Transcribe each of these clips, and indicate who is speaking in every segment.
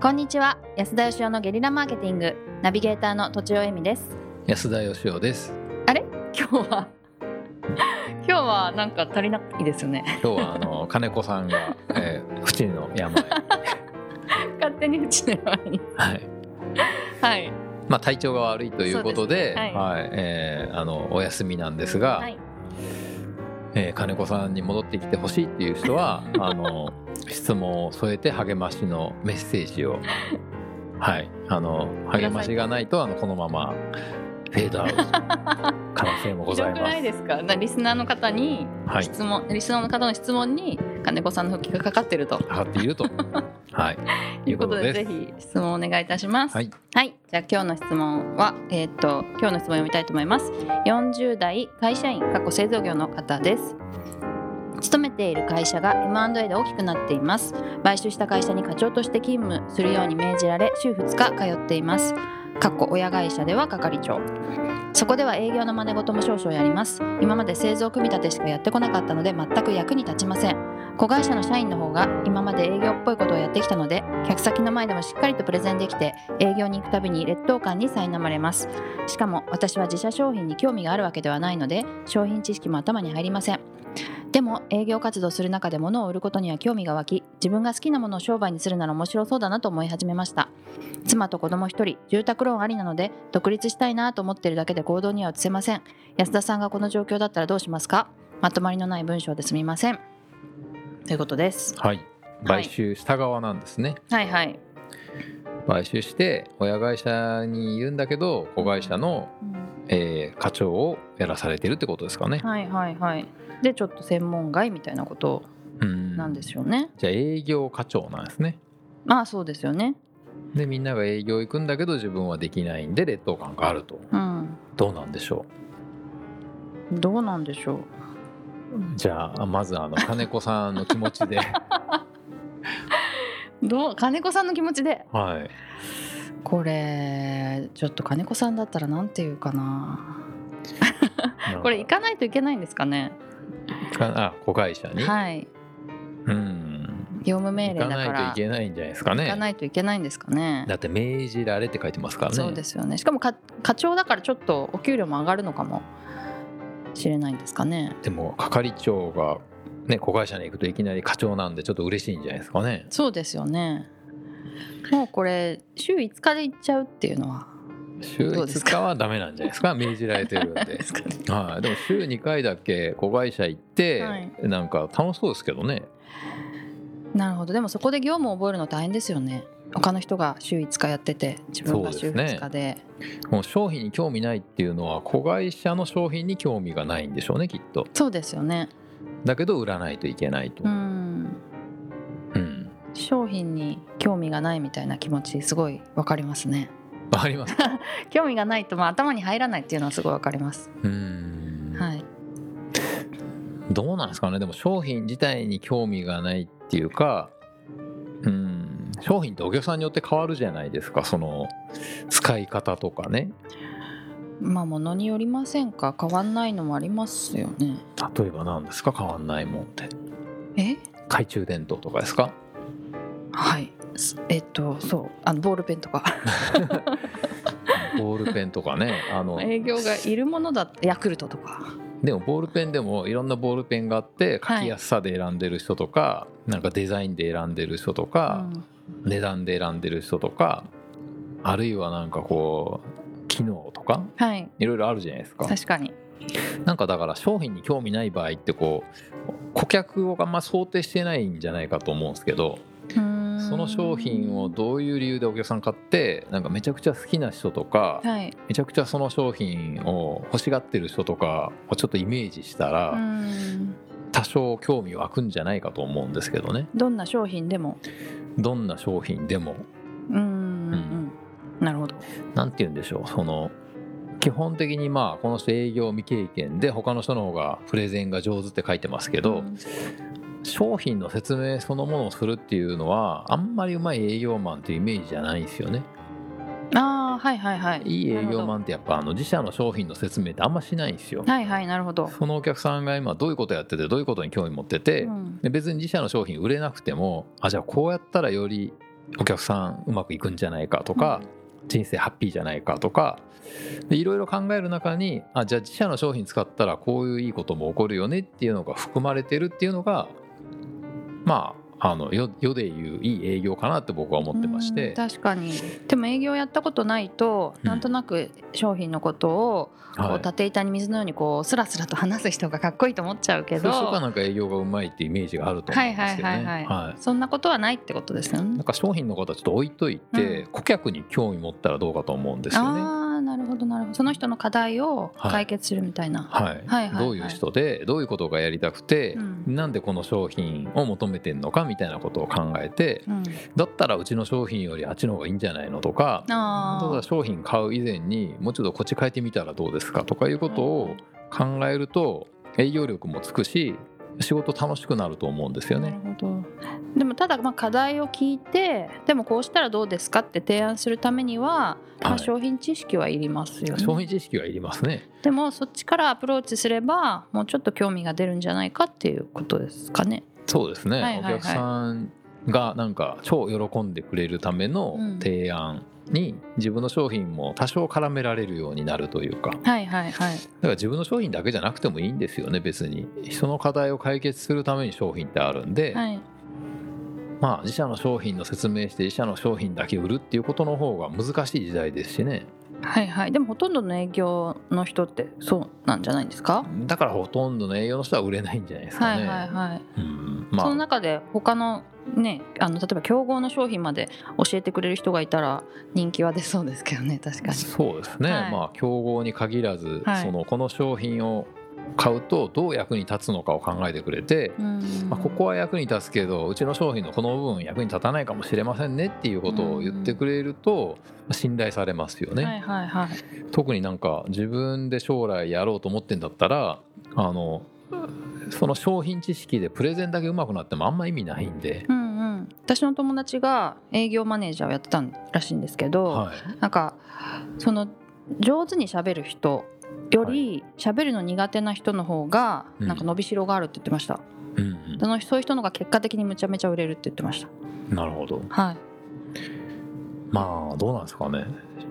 Speaker 1: こんにちは安田義雄のゲリラマーケティングナビゲーターのとちおえみです
Speaker 2: 安田義雄です。
Speaker 1: 今日は 今日はなんか足りないですよね
Speaker 2: 今日はあの金子さんが、えー、不治の病、
Speaker 1: 勝手にうちの前に
Speaker 2: はい、
Speaker 1: はい
Speaker 2: まあ体調が悪いというこ
Speaker 1: そ
Speaker 2: とで、
Speaker 1: うですね
Speaker 2: はい、えーあのお休みなんですが、
Speaker 1: はい
Speaker 2: えー金子さんに戻ってきてほしいっていう人 は、あの質問を添えて励ましのメッセージを、はい、あの励ましがないとあのこのままフェードアウト可能性もご
Speaker 1: ひど
Speaker 2: ざい
Speaker 1: く
Speaker 2: ま
Speaker 1: ない
Speaker 2: す。
Speaker 1: ですかなリスナーの方に
Speaker 2: はい、
Speaker 1: 質問、リスナーの方の質問に金子さんの復帰がかかってると
Speaker 2: 上がっていると、は い、
Speaker 1: いうことで
Speaker 2: いう
Speaker 1: ぜひ質問をお願いいたします
Speaker 2: はい、
Speaker 1: はい、じゃあ今日の質問は、えーっと今日の質問を読みたいと思います。40代会社員過去製造業の方です。勤めている会社が M&A で大きくなっています。買収した会社に課長として勤務するように命じられ、週2日通っています。過去親会社では係長。そこでは営業の真似事も少々やります。今まで製造組み立てしかやってこなかったので全く役に立ちません。子会社の社員の方が今まで営業っぽいことをやってきたので客先の前でもしっかりとプレゼンできて営業に行くたびに劣等感に苛まれますしかも私は自社商品に興味があるわけではないので商品知識も頭に入りませんでも営業活動する中で物を売ることには興味が湧き自分が好きなものを商売にするなら面白そうだなと思い始めました妻と子供一人住宅ローンありなので独立したいなと思っているだけで行動には移せません安田さんがこの状況だったらどうしますかまとまりのない文章ですみませんということです
Speaker 2: はい、買収した側なんですね。
Speaker 1: はいはい、
Speaker 2: 買収して親会社にいるんだけど子会社の、えー課長をやらされてるってことですかね。
Speaker 1: はいはいはいでちょっと専門外みたいなこと
Speaker 2: うん
Speaker 1: なんでしょうね、
Speaker 2: じゃあ営業課長なんですね。
Speaker 1: まあそうですよね
Speaker 2: でみんなが営業行くんだけど自分はできないんで劣等感があると
Speaker 1: うん
Speaker 2: どうなんでしょ
Speaker 1: どうなんでしょ
Speaker 2: うじゃあまずあの金子さんの気持ちで
Speaker 1: うどう金子さんの気持ちで
Speaker 2: はい
Speaker 1: これちょっと金子さんだったらなんて言うかな これ行かないといけないんですかね
Speaker 2: あ子会社に、
Speaker 1: はい
Speaker 2: うん
Speaker 1: 業務命令
Speaker 2: 行
Speaker 1: だか
Speaker 2: かない
Speaker 1: ら
Speaker 2: といけないんじゃないですかね
Speaker 1: 行かないといけないんですかね
Speaker 2: だって命じられって書いてますからね
Speaker 1: そうですよねしかもか課長だからちょっとお給料も上がるのかもしれないんですかね
Speaker 2: でも係長が、ね、子会社に行くといきなり課長なんでちょっと嬉しいんじゃないですかね。
Speaker 1: そうですよねもうこれ週5日で行っちゃうっていうのは
Speaker 2: 週
Speaker 1: どうです
Speaker 2: 5
Speaker 1: か
Speaker 2: 日はダメなんじゃないですか命じられてるん で
Speaker 1: で。すかね
Speaker 2: はい、でも週2回だけ子会社行って、
Speaker 1: はい
Speaker 2: なんか楽しそうですけどね
Speaker 1: なるほどでもそこで業務を覚えるの大変ですよね他の人が週5日やってて自分が週
Speaker 2: そうです
Speaker 1: 2日
Speaker 2: ね
Speaker 1: で
Speaker 2: もう商品に興味ないっていうのは子会社の商品に興味がないんでしょうねきっと
Speaker 1: そうですよね
Speaker 2: だけど売らないといけないと、
Speaker 1: うん
Speaker 2: うん
Speaker 1: 商品に興味がないみたいな気持ちすごいわかりますね
Speaker 2: わかり ます
Speaker 1: 興味がないとまあ頭に入らないっていうのはすごいわかります
Speaker 2: うん、
Speaker 1: はい
Speaker 2: どうなんですかねでも商品自体に興味がないっていうかうん商品ってお客さんによって変わるじゃないですかその使い方とかね
Speaker 1: まあものによりませんか変わんないのもありますよね
Speaker 2: 例えば何ですか変わんないもんって
Speaker 1: え
Speaker 2: 懐中電灯とかです か
Speaker 1: はいすえっとそうあのボールペンとか
Speaker 2: ボールペンとかねあの
Speaker 1: 営業がいるものだってヤクルトとか
Speaker 2: でもボールペンでもいろんなボールペンがあって書きやすさで選んでる人とか、なんかデザインで選んでる人とか、値段で選んでる人とかあるいはなんかこう機能とか
Speaker 1: うん、はい
Speaker 2: いろいろあるじゃないですか。
Speaker 1: 確かに
Speaker 2: なんかだから商品に興味ない場合ってこう顧客をあんま想定してないんじゃないかと思うんですけど
Speaker 1: そ
Speaker 2: その商品をどういう理由でお客さん買ってなんかめちゃくちゃ好きな人とか
Speaker 1: はい
Speaker 2: めちゃくちゃその商品を欲しがってる人とかをちょっとイメージした
Speaker 1: う
Speaker 2: ら
Speaker 1: ん
Speaker 2: 多少興味湧くんじゃないかと思うんですけどね
Speaker 1: どんな商品でも
Speaker 2: どんな商品でも
Speaker 1: うんうんうんなるほど
Speaker 2: 何て言うんでしょうその基本的にまあこの人営業未経験で他の人の方がプレゼンが上手って書いてますけ
Speaker 1: う
Speaker 2: ど、
Speaker 1: ん
Speaker 2: 商品の説明そのものをするっていうのはあんまりうまい営業マンっていうイメージじゃないんですよね
Speaker 1: ああはいはいはい
Speaker 2: いい営業マ
Speaker 1: ン
Speaker 2: ンってやっぱあの自社の商品の説明ってあんましないんですよ
Speaker 1: はいはいなるほど、
Speaker 2: そのお客さんが今どういうことやっててどういうことに興味持ってて
Speaker 1: うん
Speaker 2: で別に自社の商品売れなくてもあじゃあこうやったらよりお客さんうまくいくんじゃないかとか、人生ハッピーじゃないかとかでいろいろ考える中にあじゃあ自社の商品使ったらこういういいことも起こるよねっていうのが含まれてるっていうのがまああの世世でいういい営業かなって僕は思ってまし
Speaker 1: うん
Speaker 2: て、
Speaker 1: 確かにでも営業やったことないと、
Speaker 2: うん
Speaker 1: なんとなく商品のことをこう、
Speaker 2: はい
Speaker 1: 縦板に水のようにこうスラスラと話す人がかっこいいと思っちゃうけ
Speaker 2: そう
Speaker 1: ど
Speaker 2: いう人がなんか営業がうまいってイメージがあると思うんですけどね。
Speaker 1: はいはいはいはいそんなことはないってことですよ
Speaker 2: な
Speaker 1: ね
Speaker 2: ん。か商品のことはちょっと置いといて、
Speaker 1: う
Speaker 2: 顧客に興味持ったらどうかと思うんですよね。
Speaker 1: ああなるほどなるほどその人の課題を解決するみたいな。
Speaker 2: はい
Speaker 1: はいはい
Speaker 2: どういう人でどういうことがやりたくて、
Speaker 1: うん
Speaker 2: なんでこの商品を求めてんのかみたいなことを考えて
Speaker 1: うん、
Speaker 2: だったらうちの商品よりあっちの方がいいんじゃないのとか
Speaker 1: あ
Speaker 2: ただ
Speaker 1: ー
Speaker 2: 商品買う以前にもうちょっとこっち変えてみたらどうですかとかいうことを考えると営業力もつくし仕事楽しくなると思うんですよ
Speaker 1: なる
Speaker 2: ね。
Speaker 1: ほどでもただまあ課題を聞いてでもこうしたらどうですかって提案するためには、ま
Speaker 2: は
Speaker 1: あ、
Speaker 2: い
Speaker 1: 商品知識はいりますよね。
Speaker 2: 商品知識はいりますね。
Speaker 1: でもそっちからアプローチすればもうちょっと興味が出るんじゃないかっていうことですかね。
Speaker 2: そうですね、
Speaker 1: はいはいはい
Speaker 2: お客さんがなんか超喜んでくれるための提案に自分の商品も多少絡められるようになるというかだか
Speaker 1: はいはいはい。
Speaker 2: ら自分の商品だけじゃなくてもいいんですよね別に人の課題を解決するために商品ってあるんで、
Speaker 1: はい、
Speaker 2: まあ自社の商品の説明して自社の商品だけ売るっていうことの方が難しい時代ですしね
Speaker 1: はい、はいでもほとんどの営業の人ってそうなんじゃないですか、
Speaker 2: だからほとんどの営業の人は売れないんじゃないです
Speaker 1: は
Speaker 2: か
Speaker 1: い
Speaker 2: ね、
Speaker 1: はいはい。
Speaker 2: うんまあ
Speaker 1: その中で他のねあの例えば競合の商品まで教えてくれる人がいたら人気は出そうですけどね確かに。
Speaker 2: そうですね、
Speaker 1: はい
Speaker 2: まあ競合に限らず、
Speaker 1: はい
Speaker 2: そのこの商品を買うとどう役に立つのかを考えてくれて、
Speaker 1: うん
Speaker 2: まあ、ここは役に立つけどうちの商品のこの部分役に立たないかもしれませんねっていうことを言ってくれると信頼されますよね、
Speaker 1: はいはいはい。
Speaker 2: 特になんか自分で将来やろうと思ってんだったらあのその商品知識でプレゼンだけ上手くなってもあんま意味ないんで、
Speaker 1: うんうん、私の友達が営業マネージャーをやってたらしいんですけど、
Speaker 2: はい、
Speaker 1: なんかその上手に喋る人より喋るの苦手な人の方が
Speaker 2: うん
Speaker 1: なんか伸びしろがあるって言ってました、
Speaker 2: うんうん
Speaker 1: そのそういう人の方が結果的にむちゃめちゃ売れるって言ってました
Speaker 2: なるほど
Speaker 1: はい
Speaker 2: まあどうなんですかね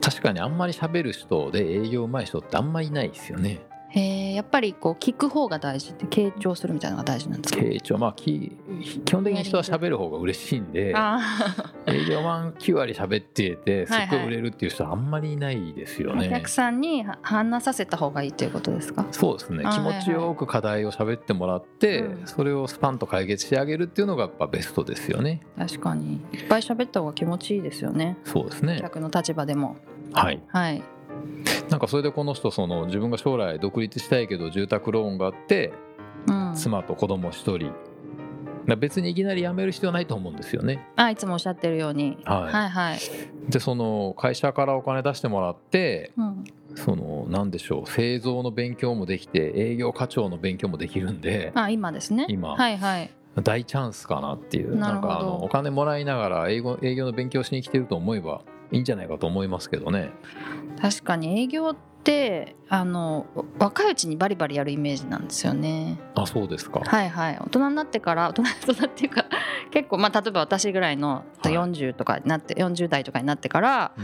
Speaker 2: 確かにあんまり喋る人で営業うまい人ってあんまりいないですよね
Speaker 1: えー、やっぱりこう聞く方が大事って傾聴するみたいなのが大事なんですか
Speaker 2: 経営長まあき基本的に人は喋る方が嬉しいんで
Speaker 1: あ
Speaker 2: 営業マン9割喋っててすっご
Speaker 1: はいはい
Speaker 2: い売れるっていう人はあんまりいないです
Speaker 1: ー
Speaker 2: よ
Speaker 1: お
Speaker 2: ね、
Speaker 1: 客さんには話させた方がいいということですか
Speaker 2: そうですね
Speaker 1: あー
Speaker 2: 気持ちよく課題を喋ってもらって、
Speaker 1: うん
Speaker 2: それをスパンと解決してあげるっていうのがやっぱベストですよね
Speaker 1: 確かにいっぱい喋った方が気持ちいいですよね
Speaker 2: そうですね
Speaker 1: 客の立場でも
Speaker 2: はい
Speaker 1: はい
Speaker 2: なんかそれでこの人その自分が将来独立したいけど住宅ローンがあって
Speaker 1: うん、
Speaker 2: 妻と子供一人だから別にいきなり辞める必要はないと思うんですよね。
Speaker 1: あいつもおっしゃってるように、
Speaker 2: はい
Speaker 1: はいはい
Speaker 2: でその会社からお金出してもらって
Speaker 1: うん、
Speaker 2: その何でしょう製造の勉強もできて営業課長の勉強もできるんで
Speaker 1: あ今ですね
Speaker 2: 今
Speaker 1: はいはい
Speaker 2: 大チャンスかなっていう
Speaker 1: なるほ
Speaker 2: なん
Speaker 1: ど
Speaker 2: かあのお金もらいながら英語営業の勉強しに来てると思えばいいんじゃないかと思いますけどね。
Speaker 1: 確かに営業ってあの若いうちにバリバリやるイメージなんですよね
Speaker 2: あそうですか。
Speaker 1: はいはい大人になってから 大人大人っていうか結構まあ例えば私ぐらいの
Speaker 2: い
Speaker 1: 40とかになって、40代とかになってから
Speaker 2: う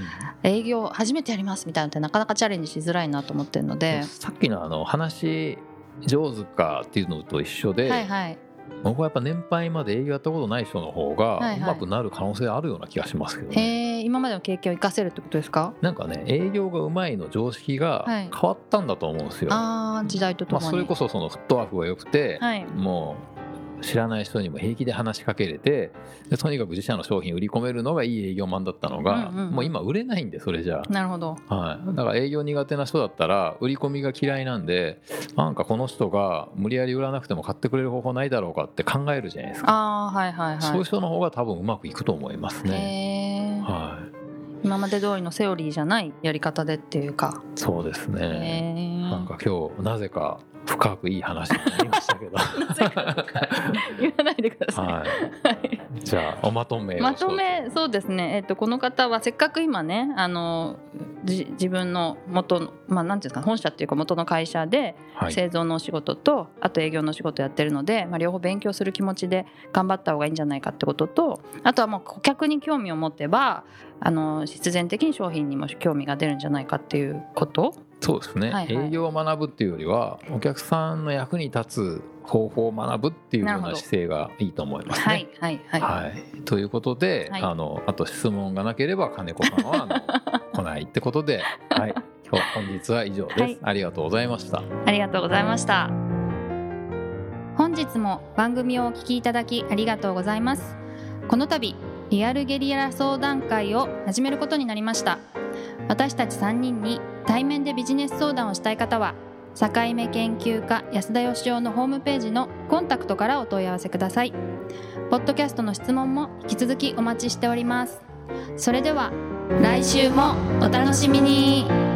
Speaker 2: ん
Speaker 1: 営業初めてやりますみたいなのってなかなかチャレンジしづらいなと思ってるので
Speaker 2: さっきのあの話上手かっていうのと一緒で、
Speaker 1: はいはい
Speaker 2: 僕はやっぱ年配まで営業やったことない人の
Speaker 1: は
Speaker 2: 方が
Speaker 1: いうはい
Speaker 2: まくなる可能性あるような気がしますけどね、
Speaker 1: へえ今までの経験を生かせるってことですか
Speaker 2: なんかね営業がうまいの常識が
Speaker 1: はい
Speaker 2: 変わったんだと思うんですよ、
Speaker 1: ああ時代とと
Speaker 2: まあ、
Speaker 1: もに、
Speaker 2: それこそそのフットワークが良くて、
Speaker 1: はい
Speaker 2: もう知らない人にも平気で話しかけれてでとにかく自社の商品売り込めるのがいい営業マンだったのが、
Speaker 1: うんうん
Speaker 2: もう今売れないんでそれじゃあ
Speaker 1: なるほど
Speaker 2: はい、だから営業苦手な人だったら売り込みが嫌いなんでなんかこの人が無理やり売らなくても買ってくれる方法ないだろうかって考えるじゃないですか、
Speaker 1: ああはいはいはい
Speaker 2: そういう人の方が多分うまくいくと思いますね、
Speaker 1: へえ
Speaker 2: はい、
Speaker 1: 今まで通りのセオリーじゃないやり方でっていうか。
Speaker 2: そうです
Speaker 1: へ
Speaker 2: ね、
Speaker 1: え
Speaker 2: なんか今日なぜか 深くいい話になりましたけど
Speaker 1: 言わないでください。
Speaker 2: はい
Speaker 1: はい
Speaker 2: じゃあおまとめを
Speaker 1: まとめそうですね、えっと、この方はせっかく今ねあのじ自分の元の、まあ、なんていうんですか本社っていうか元の会社で
Speaker 2: はい
Speaker 1: 製造のお仕事と、あと営業のお仕事やってるので、まあ、両方勉強する気持ちで頑張った方がいいんじゃないかってこととあとはもう顧客に興味を持てばあの必然的に商品にも興味が出るんじゃないかっていうこと
Speaker 2: そうですね、
Speaker 1: はいはい
Speaker 2: 営業を学ぶっていうよりはお客さんの役に立つ方法を学ぶっていうよう
Speaker 1: なるほ
Speaker 2: な
Speaker 1: ど
Speaker 2: 姿勢がいいと思いますね。
Speaker 1: はいはいはい、
Speaker 2: はいということで、
Speaker 1: はい
Speaker 2: あのあと質問がなければ金子さんはあの来ないってことで、はい、今日本日は以上です、
Speaker 1: はい
Speaker 2: ありがとうございました。
Speaker 1: ありがとうございました。本日も番組をお聞きいただきありがとうございます。この度リアルゲリラ相談会を始めることになりました。私たち3人に対面でビジネス相談をしたい方は境目研究家安田義雄のホームページのコンタクトからお問い合わせください。ポッドキャストの質問も引き続きお待ちしております。それでは来週もお楽しみに。